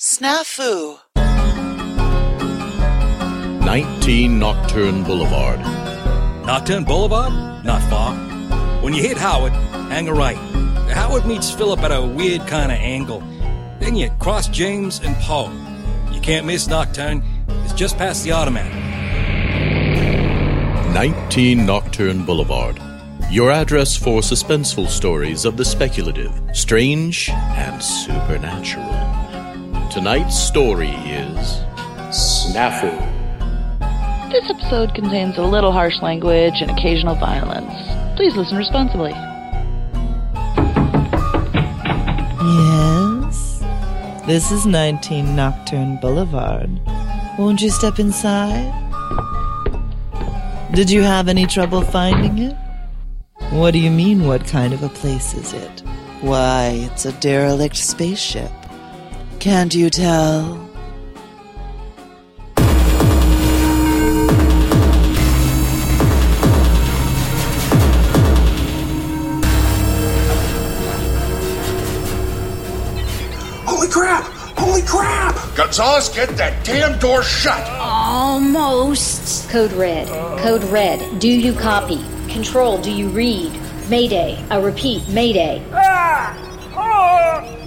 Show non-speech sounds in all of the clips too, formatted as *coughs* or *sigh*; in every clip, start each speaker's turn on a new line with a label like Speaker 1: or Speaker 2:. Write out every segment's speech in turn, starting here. Speaker 1: Snafu.
Speaker 2: 19 Nocturne Boulevard.
Speaker 3: Nocturne Boulevard? Not far. When you hit Howard, hang a right. Howard meets Philip at a weird kind of angle. Then you cross James and Paul. You can't miss Nocturne. It's just past the automat.
Speaker 2: 19 Nocturne Boulevard. Your address for suspenseful stories of the speculative, strange, and supernatural. Tonight's story is Snafu.
Speaker 4: This episode contains a little harsh language and occasional violence. Please listen responsibly.
Speaker 5: Yes. This is 19 Nocturne Boulevard. Won't you step inside? Did you have any trouble finding it? What do you mean, what kind of a place is it?
Speaker 1: Why, it's a derelict spaceship. Can't you tell?
Speaker 6: Holy crap! Holy crap! Gonzalez, get that damn door shut!
Speaker 7: Almost.
Speaker 8: Code red. Code red. Do you copy? Control. Do you read? Mayday. I repeat. Mayday.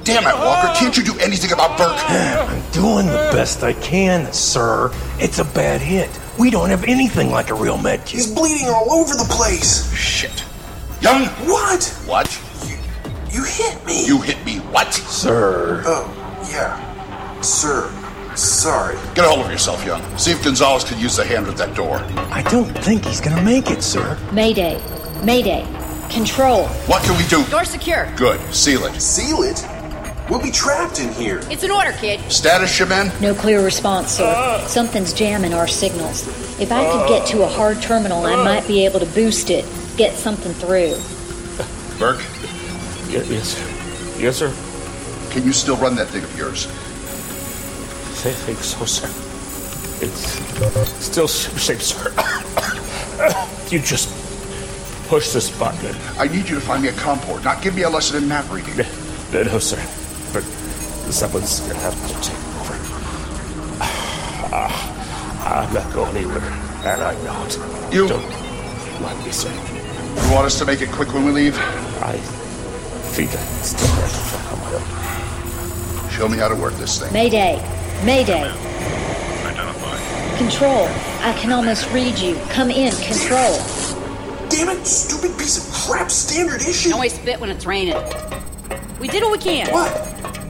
Speaker 6: Damn it, Walker, can't you do anything about Burke?
Speaker 9: Doing the best I can, sir. It's a bad hit. We don't have anything like a real med kit.
Speaker 6: He's bleeding all over the place. Shit. Young! What? What? You, you hit me. You hit me what?
Speaker 9: Sir.
Speaker 6: Oh, yeah. Sir, sorry. Get a hold of yourself, Young. See if Gonzalez could use the hand with that door.
Speaker 9: I don't think he's gonna make it, sir.
Speaker 8: Mayday. Mayday. Control.
Speaker 6: What can we do?
Speaker 7: Door secure.
Speaker 6: Good. Seal it.
Speaker 10: Seal it? We'll be trapped in here.
Speaker 7: It's an order, kid.
Speaker 6: Status, your men?
Speaker 8: No clear response, sir. Something's jamming our signals. If I could get to a hard terminal, I might be able to boost it, get something through.
Speaker 6: Burke,
Speaker 11: Yes, sir. Yes, sir.
Speaker 6: can you still run that thing of yours?
Speaker 11: I think so, sir. It's still super safe, sir. *coughs* you just push this button.
Speaker 6: I need you to find me a comport, not give me a lesson in map reading.
Speaker 11: No, no, sir. But someone's gonna have to take over. Ah, I'm not going anywhere, and I know it.
Speaker 6: You-
Speaker 11: don't let me, sir.
Speaker 6: You want us to make it quick when we leave?
Speaker 11: I think I can still handle that on my own.
Speaker 6: Show me how to work this thing.
Speaker 8: Mayday. Mayday. Control. I can almost read you. Come in. Control.
Speaker 10: Damn it, stupid piece of crap standard issue!
Speaker 7: Don't waste spit when it's raining. We did what we can.
Speaker 10: What?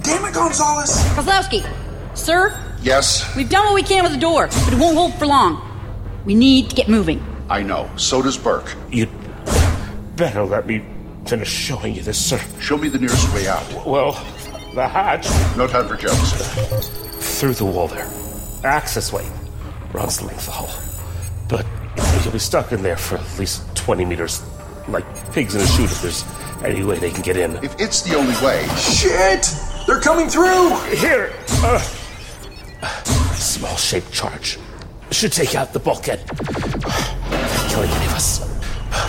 Speaker 10: Damn it, Gonzalez!
Speaker 7: Kozlowski, sir,
Speaker 6: Yes,
Speaker 7: we've done what we can with the door, but it won't hold for long. We need to get moving.
Speaker 6: I know. So does Burke.
Speaker 11: You better let me finish showing you this, sir.
Speaker 6: Show me the nearest way out.
Speaker 11: Well, the hatch
Speaker 6: No time for jokes.
Speaker 11: through the wall there. Access way runs the length of the hall. But you'll be stuck in there for at least 20 meters, like pigs in a chute if there's any way they can get in.
Speaker 6: If it's the only way,
Speaker 10: Shit! They're coming through!
Speaker 11: Here! Uh, small shaped charge. Should take out the bulkhead. Killing any of us.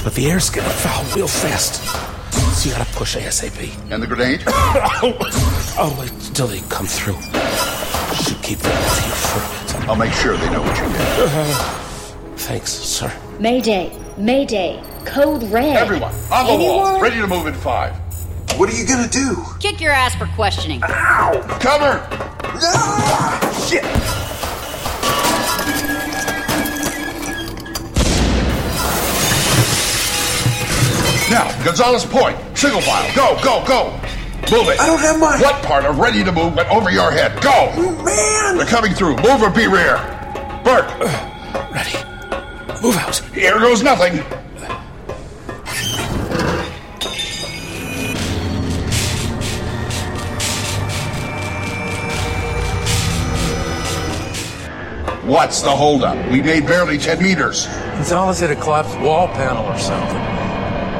Speaker 11: But the air's getting foul real fast. So you gotta push ASAP.
Speaker 6: and the grenade?
Speaker 11: oh, wait till they come through. Should keep them with you for a bit.
Speaker 6: I'll make sure they know what you did.
Speaker 11: Thanks, sir.
Speaker 8: Mayday. Mayday. Code red.
Speaker 6: Everyone, on the
Speaker 8: Anyone?
Speaker 6: wall, ready to move in five.
Speaker 10: What are you gonna do?
Speaker 7: Kick your ass for questioning.
Speaker 6: Cover!
Speaker 10: Ah!
Speaker 6: Shit! Now, Gonzalez Point, signal file. Go, go, go! Move it.
Speaker 10: I don't have my-
Speaker 6: What part of ready to move went over your head? Go! They're
Speaker 10: Man!
Speaker 6: coming through. Move or be rear. Burke,
Speaker 11: Ready? Move out.
Speaker 6: here goes nothing. What's the holdup? We made barely 10 meters.
Speaker 9: Gonzalez hit a collapsed wall panel or something.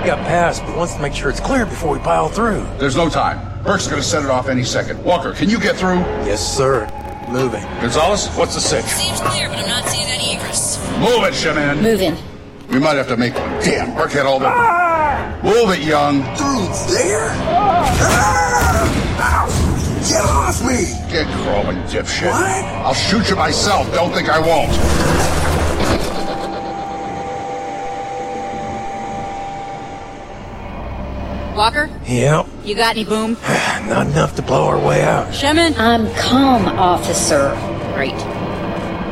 Speaker 9: He got past, but wants to make sure it's clear before we pile through.
Speaker 6: There's no time. Burke's gonna set it off any second. Walker, can you get through?
Speaker 9: Yes, sir. Moving.
Speaker 6: Gonzalez, what's the sitch?
Speaker 12: Seems clear, but I'm not seeing any egress.
Speaker 6: Move it, Shaman.
Speaker 8: Moving.
Speaker 6: We might have to make one. Damn, Burke had all the. Move it, Young.
Speaker 10: Through there? Ah! Ow! Get off me!
Speaker 6: Get crawling, dipshit.
Speaker 10: What?
Speaker 6: I'll shoot you myself. Don't think I won't.
Speaker 7: Walker,
Speaker 9: Yep.
Speaker 7: you got any boom?
Speaker 9: Not enough to blow our way out.
Speaker 7: Shemin?
Speaker 8: I'm calm, officer. Right.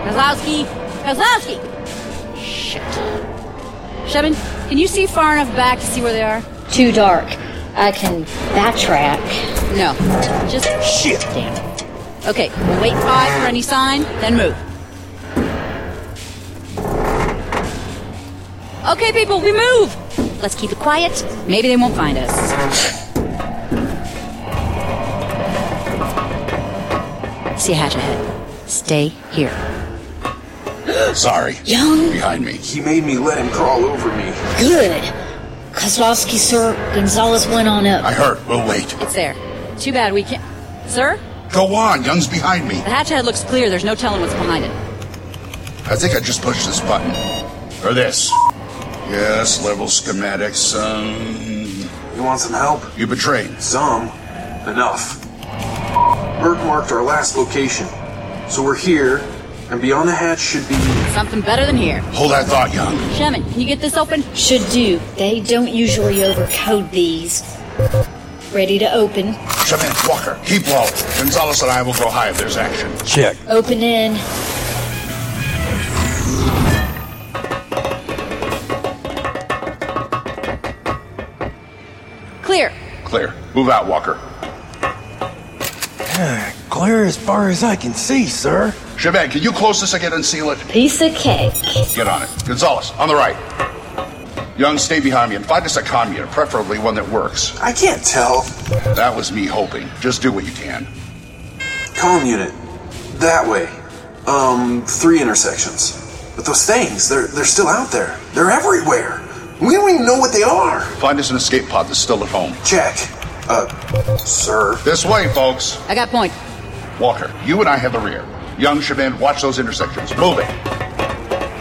Speaker 7: Kozlowski? Kozlowski! Shit. Shemin, can you see far enough back to see where they are?
Speaker 8: Too dark. I can backtrack.
Speaker 7: No. Just. Shit! Damn it. Okay, we'll wait five for any sign, then move. Okay, people, we move! Let's keep it quiet. Maybe they won't find us. See a hatch ahead. Stay here.
Speaker 6: Sorry.
Speaker 8: Young?
Speaker 6: Behind me.
Speaker 10: He made me let him crawl over me.
Speaker 8: Good. Kozlowski, sir. Gonzalez went on up.
Speaker 6: I heard. We'll wait.
Speaker 7: It's there. Too bad we can't. Sir?
Speaker 6: Go on. Young's behind me.
Speaker 7: The hatch ahead looks clear. There's no telling what's behind it.
Speaker 6: I think I just pushed this button. Or this. Yes, level schematics. Um.
Speaker 10: You want some help?
Speaker 6: You betrayed.
Speaker 10: Some. Enough. Burke marked our last location. So we're here, and beyond the hatch should be.
Speaker 7: Something better than here.
Speaker 6: Hold that thought, Young.
Speaker 7: Shaman, can you get this open?
Speaker 8: Should do. They don't usually overcode these. Ready to open.
Speaker 6: Shaman, Walker, keep low. Gonzalez and I will go high if there's action.
Speaker 9: Check.
Speaker 8: Open in.
Speaker 7: Clear.
Speaker 6: Clear. Move out, Walker.
Speaker 9: Clear as far as I can see, sir.
Speaker 6: Shaman, can you close this again and seal it?
Speaker 8: Piece of cake.
Speaker 6: Get on it. Gonzalez, on the right. Young, stay behind me and find us a commune, preferably one that works.
Speaker 10: I can't tell.
Speaker 6: That was me hoping. Just do what you can.
Speaker 10: Comm unit. That way. Um, three intersections. But those things, they're, they're still out there. They're everywhere. We don't even know what they are.
Speaker 6: Find us an escape pod that's still at home.
Speaker 10: Check. Uh, sir.
Speaker 6: This way, folks.
Speaker 7: I got point.
Speaker 6: Walker, you and I have the rear. Young, Shaman, watch those intersections. Move it.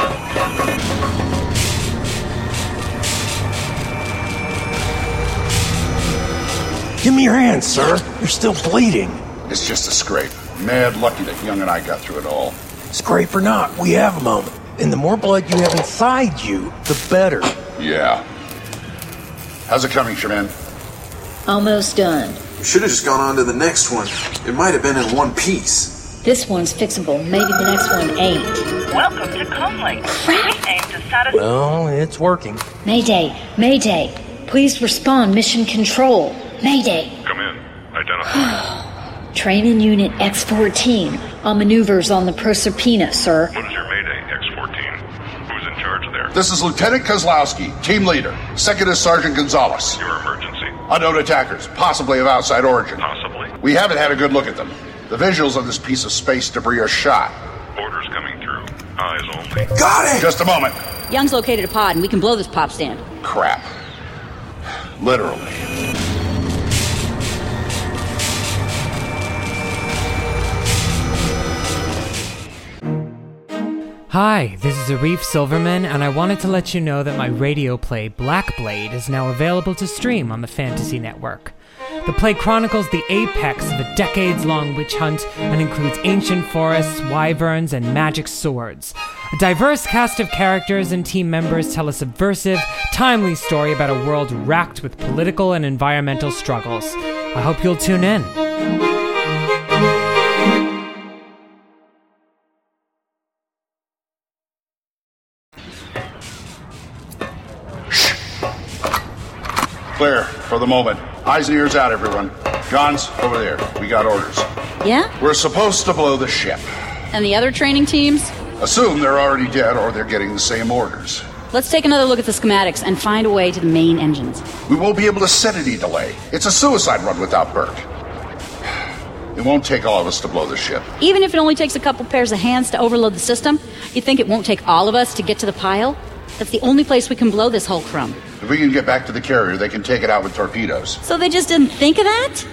Speaker 9: Give me your hand, sir. You're still bleeding.
Speaker 6: It's just a scrape. Mad lucky that Young and I got through it all.
Speaker 9: Scrape or not, we have a moment. And the more blood you have inside you, the better.
Speaker 6: Yeah. How's it coming, Shaman?
Speaker 8: Almost done.
Speaker 10: We should have just gone on to the next one. It might have been in one piece.
Speaker 8: This one's fixable. Maybe the next one ain't.
Speaker 12: Welcome to Comlink. We aim to satisfy.
Speaker 9: Well, it's working.
Speaker 8: Mayday. Mayday. Please respond. Mission control. Mayday.
Speaker 13: Come in. Identify.
Speaker 8: *sighs* Training Unit X 14 on maneuvers on the Proserpina, sir.
Speaker 13: what is your Mayday, X-14? Who's in charge there?
Speaker 6: This is Lieutenant Kozlowski, team leader. Second is Sergeant Gonzalez.
Speaker 13: Your emergency.
Speaker 6: Unknown attackers, possibly of outside origin.
Speaker 13: Possibly.
Speaker 6: We haven't had a good look at them. The visuals of this piece of space debris are shot.
Speaker 13: Orders coming through. Eyes only.
Speaker 10: Got it!
Speaker 6: Just a moment.
Speaker 7: Young's located a pod, and we can blow this pop stand.
Speaker 6: Crap. Literally.
Speaker 14: Hi, this is Arif Silverman, and I wanted to let you know that my radio play Black Blade is now available to stream on the Fantasy Network. The play chronicles the apex of a decades long witch hunt and includes ancient forests, wyverns, and magic swords. A diverse cast of characters and team members tell a subversive, timely story about a world racked with political and environmental struggles. I hope you'll tune in.
Speaker 6: Clear for the moment. Eyes and ears out, everyone. John's over there. We got orders.
Speaker 7: Yeah?
Speaker 6: We're supposed to blow the ship.
Speaker 7: And the other training teams?
Speaker 6: Assume they're already dead or they're getting the same orders.
Speaker 7: Let's take another look at the schematics and find a way to the main engines.
Speaker 6: We won't be able to set any delay. It's a suicide run without Burke. *sighs* It won't take all of us to blow the ship.
Speaker 8: Even if it only takes a couple pairs of hands to overload the system, you think it won't take all of us to get to the pile? That's the only place we can blow this whole crumb.
Speaker 6: If we can get back to the carrier, they can take it out with torpedoes.
Speaker 8: So they just didn't think of that?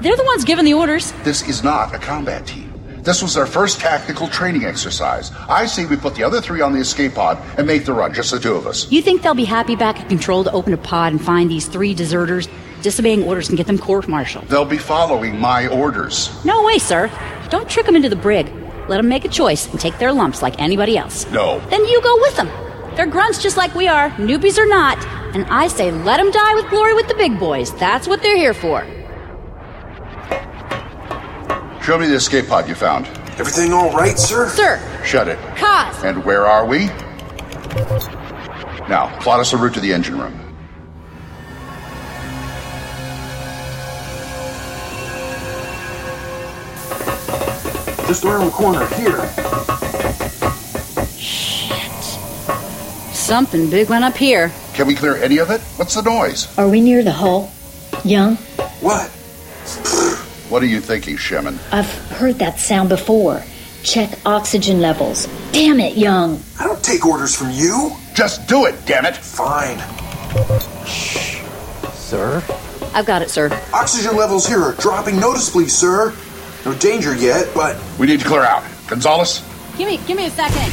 Speaker 8: They're the ones giving the orders.
Speaker 6: This is not a combat team. This was their first tactical training exercise. I say we put the other three on the escape pod and make the run, just the two of us.
Speaker 8: You think they'll be happy back at control to open a pod and find these three deserters disobeying orders and get them court martialed?
Speaker 6: They'll be following my orders.
Speaker 8: No way, sir. Don't trick them into the brig. Let them make a choice and take their lumps like anybody else.
Speaker 6: No.
Speaker 8: Then you go with them. They're grunts just like we are, newbies or not. And I say let them die with glory with the big boys. That's what they're here for.
Speaker 6: Show me the escape pod you found.
Speaker 10: Everything all right, sir?
Speaker 8: Sir,
Speaker 6: Shut it.
Speaker 8: cause.
Speaker 6: And where are we? Now, plot us a route to the engine room.
Speaker 10: Just around the corner here.
Speaker 8: Something big went up here.
Speaker 6: Can we clear any of it? What's the noise?
Speaker 1: Are we near the hull? Young,
Speaker 6: What? What are you thinking, Shemin?
Speaker 1: I've heard that sound before. Check oxygen levels. Damn it, Young.
Speaker 10: I don't take orders from you.
Speaker 6: Just do it, damn it.
Speaker 10: Fine.
Speaker 15: Sir?
Speaker 8: I've got it, sir.
Speaker 10: Oxygen levels here are dropping noticeably, sir. No danger yet, but.
Speaker 6: We need to clear out. Gonzalez?
Speaker 8: Give me, give me a second.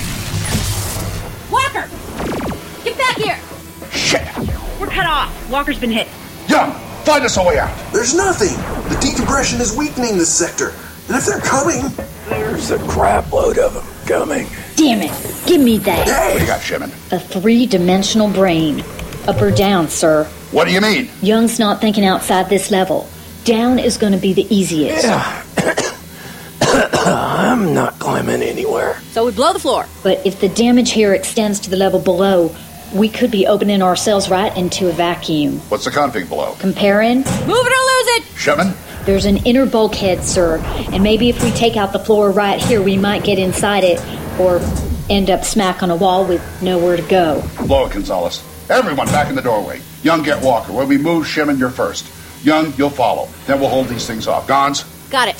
Speaker 8: Walker, get back here.
Speaker 6: Shit.
Speaker 16: We're cut off. Walker's been hit.
Speaker 6: Young, find us a way out.
Speaker 10: There's nothing. The decompression is weakening this sector. And if they're coming.
Speaker 17: There's a crap load of them coming.
Speaker 1: Damn it. Give me
Speaker 6: What do you
Speaker 1: that.
Speaker 6: got, Shemin?
Speaker 1: A three dimensional brain. Up or down, sir.
Speaker 6: What do you mean?
Speaker 1: Young's not thinking outside this level. Down is going to be the easiest.
Speaker 17: Yeah. *coughs* I'm not climbing anywhere.
Speaker 8: So we blow the floor.
Speaker 1: But if the damage here extends to the level below, we could be opening ourselves right into a vacuum.
Speaker 6: What's the config below?
Speaker 1: Comparing,
Speaker 8: Move it or lose it.
Speaker 6: Shemin?
Speaker 1: there's an inner bulkhead, sir, and maybe if we take out the floor right here, we might get inside it or end up smack on a wall with nowhere to go.
Speaker 6: Blow it, Gonzalez. Everyone back in the doorway. Young, get Walker. When we move, Shemin, you're first. Young, you'll follow. Then we'll hold these things off. Gons?
Speaker 8: Got it.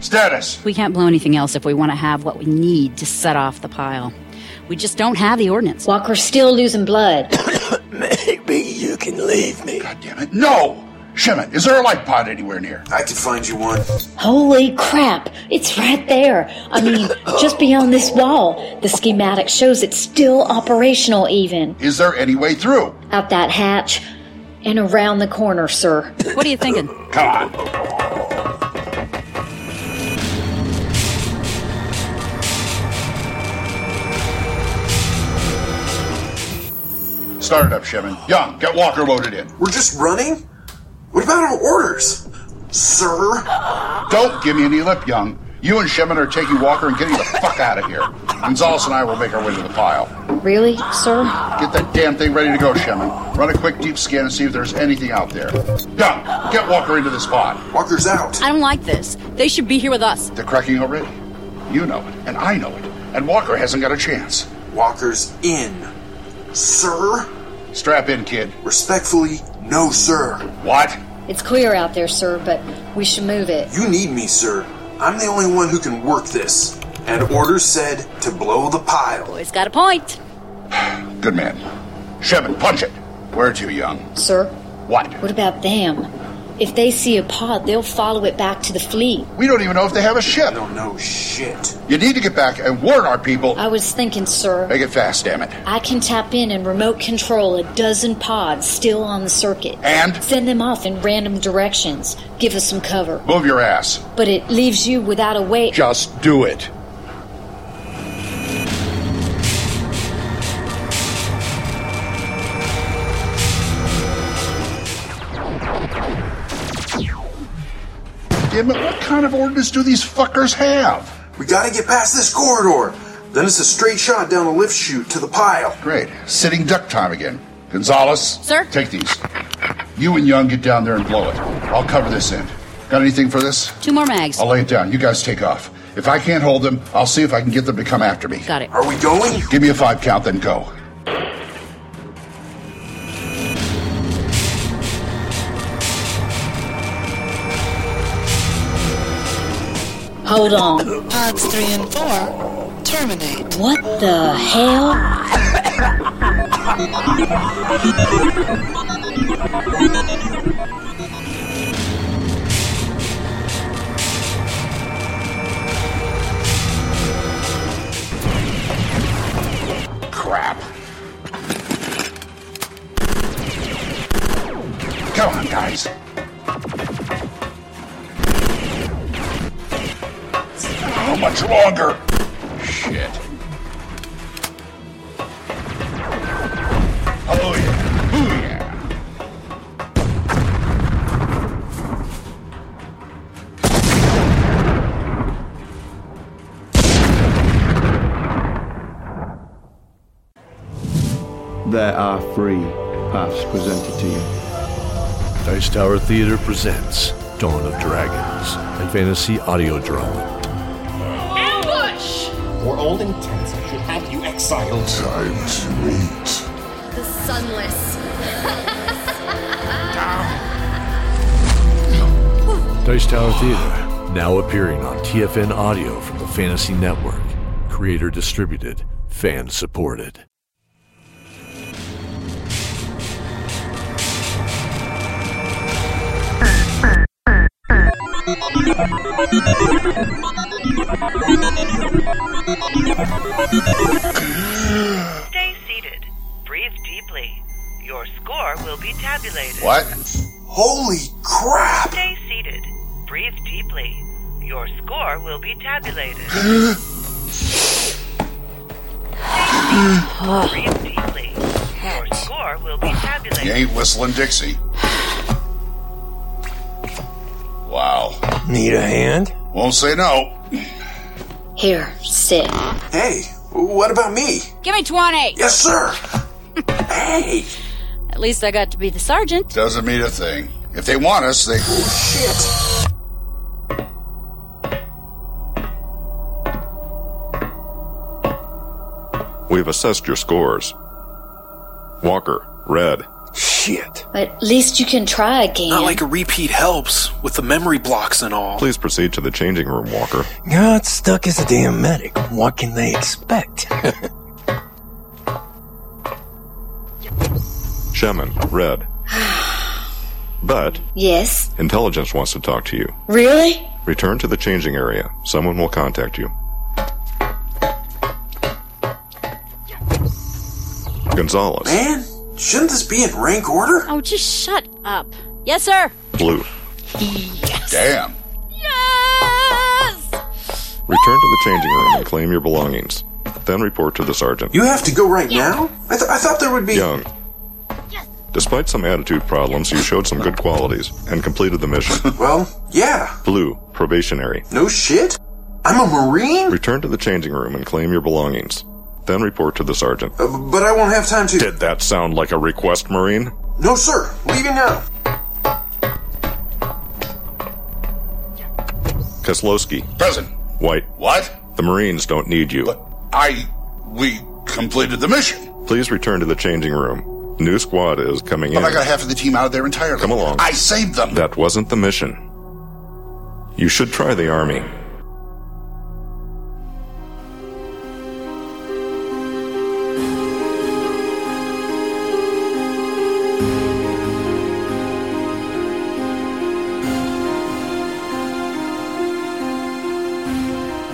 Speaker 6: Status.
Speaker 8: We can't blow anything else if we want to have what we need to set off the pile. We just don't have the ordnance.
Speaker 1: Walker's still losing blood.
Speaker 17: Maybe you can leave me.
Speaker 6: God damn it. No! Shemin, is there a light pod anywhere near?
Speaker 10: I could find you one.
Speaker 1: Holy crap! It's right there. I mean, just beyond this wall. The schematic shows it's still operational, even.
Speaker 6: Is there any way through?
Speaker 1: Out that hatch and around the corner, sir.
Speaker 8: What are you thinking?
Speaker 6: Come on. Start it up, Shemin. Young, get Walker loaded in.
Speaker 10: We're just running? What about our orders? Sir?
Speaker 6: Don't give me any lip, Young. You and Shemin are taking Walker and getting the fuck out of here. Gonzalez and I will make our way to the pile.
Speaker 1: Really, sir?
Speaker 6: Get that damn thing ready to go, Shemin. Run a quick deep scan and see if there's anything out there. Young, get Walker into this pod.
Speaker 10: Walker's out.
Speaker 8: I don't like this. They should be here with us.
Speaker 6: They're cracking already. You know it, and I know it, and Walker hasn't got a chance.
Speaker 10: Walker's in. Sir?
Speaker 6: Strap in, kid.
Speaker 10: Respectfully, no, sir.
Speaker 6: What?
Speaker 1: It's clear out there, sir, but we should move it.
Speaker 10: You need me, sir. I'm the only one who can work this. And orders said to blow the pile.
Speaker 8: Boy's got a point.
Speaker 6: Good man. Shemin, punch it. Where to, Young?
Speaker 1: Sir,
Speaker 6: What?
Speaker 1: what about them? If they see a pod, they'll follow it back to the fleet.
Speaker 6: We don't even know if they have a
Speaker 10: I
Speaker 6: ship.
Speaker 10: don't know shit.
Speaker 6: You need to get back and warn our people.
Speaker 1: I was thinking, sir,
Speaker 6: Make it fast, damn it.
Speaker 1: I can tap in and remote control a dozen pods still on the circuit.
Speaker 6: And?
Speaker 1: Send them off in random directions. Give us some cover.
Speaker 6: Move your ass.
Speaker 1: But it leaves you without a way.
Speaker 6: Just do it. Damn it, what kind of ordinance do these fuckers have?
Speaker 10: We gotta get past this corridor. Then it's a straight shot down a lift chute to the pile.
Speaker 6: Great. Sitting duck time again. Gonzalez.
Speaker 8: Sir?
Speaker 6: Take these. You and Young get down there and blow it. I'll cover this end. Got anything for this?
Speaker 8: Two more mags.
Speaker 6: I'll lay it down. You guys take off. If I can't hold them, I'll see if I can get them to come after me.
Speaker 7: Got it.
Speaker 6: Are we going? Give me a five count, then go.
Speaker 8: Hold on.
Speaker 1: Pods three and four, terminate.
Speaker 8: What the hell?
Speaker 6: Crap. Come on, guys. How much longer? Shit. Oh yeah. Ooh, yeah.
Speaker 18: There are three paths presented to you.
Speaker 19: Dice Tower Theater presents Dawn of Dragons, a fantasy audio drama.
Speaker 20: Ambush!
Speaker 21: For all intents, I should have you exiled. Time to eat.
Speaker 20: The Sunless.
Speaker 19: Dice Tower Theater, now appearing on TFN audio from the Fantasy Network. Creator distributed, fan supported.
Speaker 22: Stay seated. Breathe deeply. Your score will be tabulated.
Speaker 6: What? Holy crap!
Speaker 22: Stay seated. Breathe deeply. Your score will be tabulated. Breathe deeply. Your score will be tabulated.
Speaker 6: You ain't whistling Dixie. Wow.
Speaker 9: Need a hand?
Speaker 6: Won't say no.
Speaker 8: Here, sit.
Speaker 10: Hey, what about me?
Speaker 7: Give me 20!
Speaker 10: Yes, sir. hey!
Speaker 7: At least I got to be the sergeant.
Speaker 6: Doesn't mean a thing. If they want us, they.
Speaker 10: Oh, Shit.
Speaker 13: We've assessed your scores. Walker, red.
Speaker 10: Shit.
Speaker 8: At least you can try again.
Speaker 10: Not like a repeat helps with the memory blocks and all.
Speaker 13: Please proceed to the changing room, Walker.
Speaker 9: Got stuck as a damn medic. What can they expect?
Speaker 13: Shaman, red. But
Speaker 8: Yes?
Speaker 13: intelligence wants to talk to you.
Speaker 8: Really?
Speaker 13: Return to the changing area. Someone will contact you. Gonzalez,
Speaker 10: Man, shouldn't this be in rank order?
Speaker 7: Oh, just shut up. Yes, sir.
Speaker 13: blue.
Speaker 6: Damn.
Speaker 7: Yes!
Speaker 13: Return to the changing room and claim your belongings. Then report to the sergeant.
Speaker 10: You have to go right now? I, th- I thought there would be.
Speaker 13: Young. Despite some attitude problems, you showed some good qualities and completed the mission.
Speaker 10: well, yeah.
Speaker 13: Blue, probationary.
Speaker 10: No shit? I'm a Marine?
Speaker 13: Return to the changing room and claim your belongings. Then report to the sergeant.
Speaker 10: Uh, But I won't have time to.
Speaker 13: Did that sound like a request, Marine?
Speaker 10: No, sir. Leaving now.
Speaker 13: Koslowski,
Speaker 6: Present.
Speaker 13: White.
Speaker 6: What?
Speaker 13: The Marines don't need you.
Speaker 6: I. We completed the mission.
Speaker 13: Please return to the changing room. New squad is coming
Speaker 9: Oh
Speaker 6: But
Speaker 13: in.
Speaker 6: I got half of the team out of there entirely.
Speaker 13: Come along.
Speaker 6: I saved them.
Speaker 13: That wasn't the mission. You should try the army.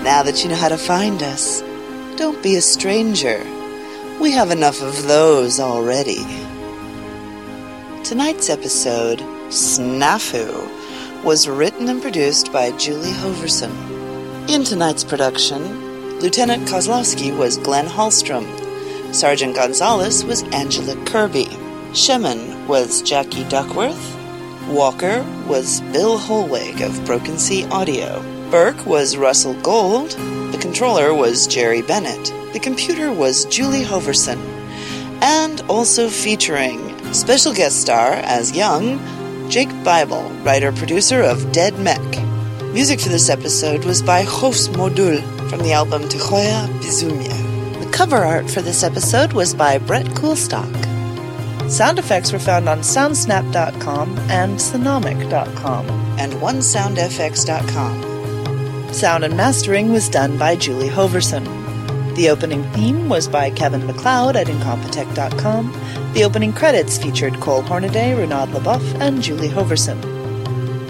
Speaker 1: Now that you know how to find us, don't be a stranger. We have enough of those already. Tonight's episode, Snafu, was written and produced by Julie Hoverson. In tonight's production, Lieutenant Kozlowski was Glenn Hallstrom, Sergeant Gonzalez was Angela Kirby, Shemin was Jackie Duckworth, Walker was Bill Holweg of Broken Sea Audio. Burke was Russell Gold. The controller was Jerry Bennett. The computer was Julie Hoverson. And also featuring special guest star as Young, Jake Bible, writer producer of Dead Mech. Music for this episode was by Jofs Modul from the album Tejoya Bizumia. The cover art for this episode was by Brett Coolstock. Sound effects were found on soundsnap.com and sonomic.com and onesoundfx.com. Sound and mastering was done by Julie Hoverson. The opening theme was by Kevin McLeod at incompetech.com. The opening credits featured Cole Hornaday, Renaud LaBeouf, and Julie Hoverson.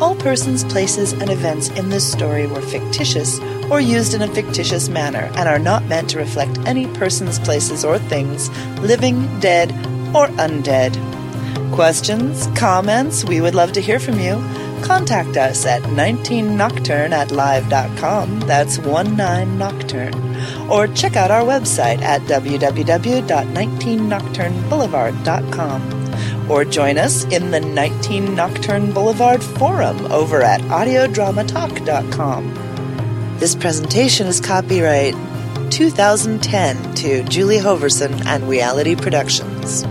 Speaker 1: All persons, places, and events in this story were fictitious or used in a fictitious manner and are not meant to reflect any persons, places, or things, living, dead, or undead. Questions, comments, we would love to hear from you. Contact us at 19nocturne at live.com, that's 19nocturne, or check out our website at www.19nocturneboulevard.com or join us in the 19 Nocturne Boulevard Forum over at audiodramatalk.com. This presentation is copyright 2010 to Julie Hoverson and Reality Productions.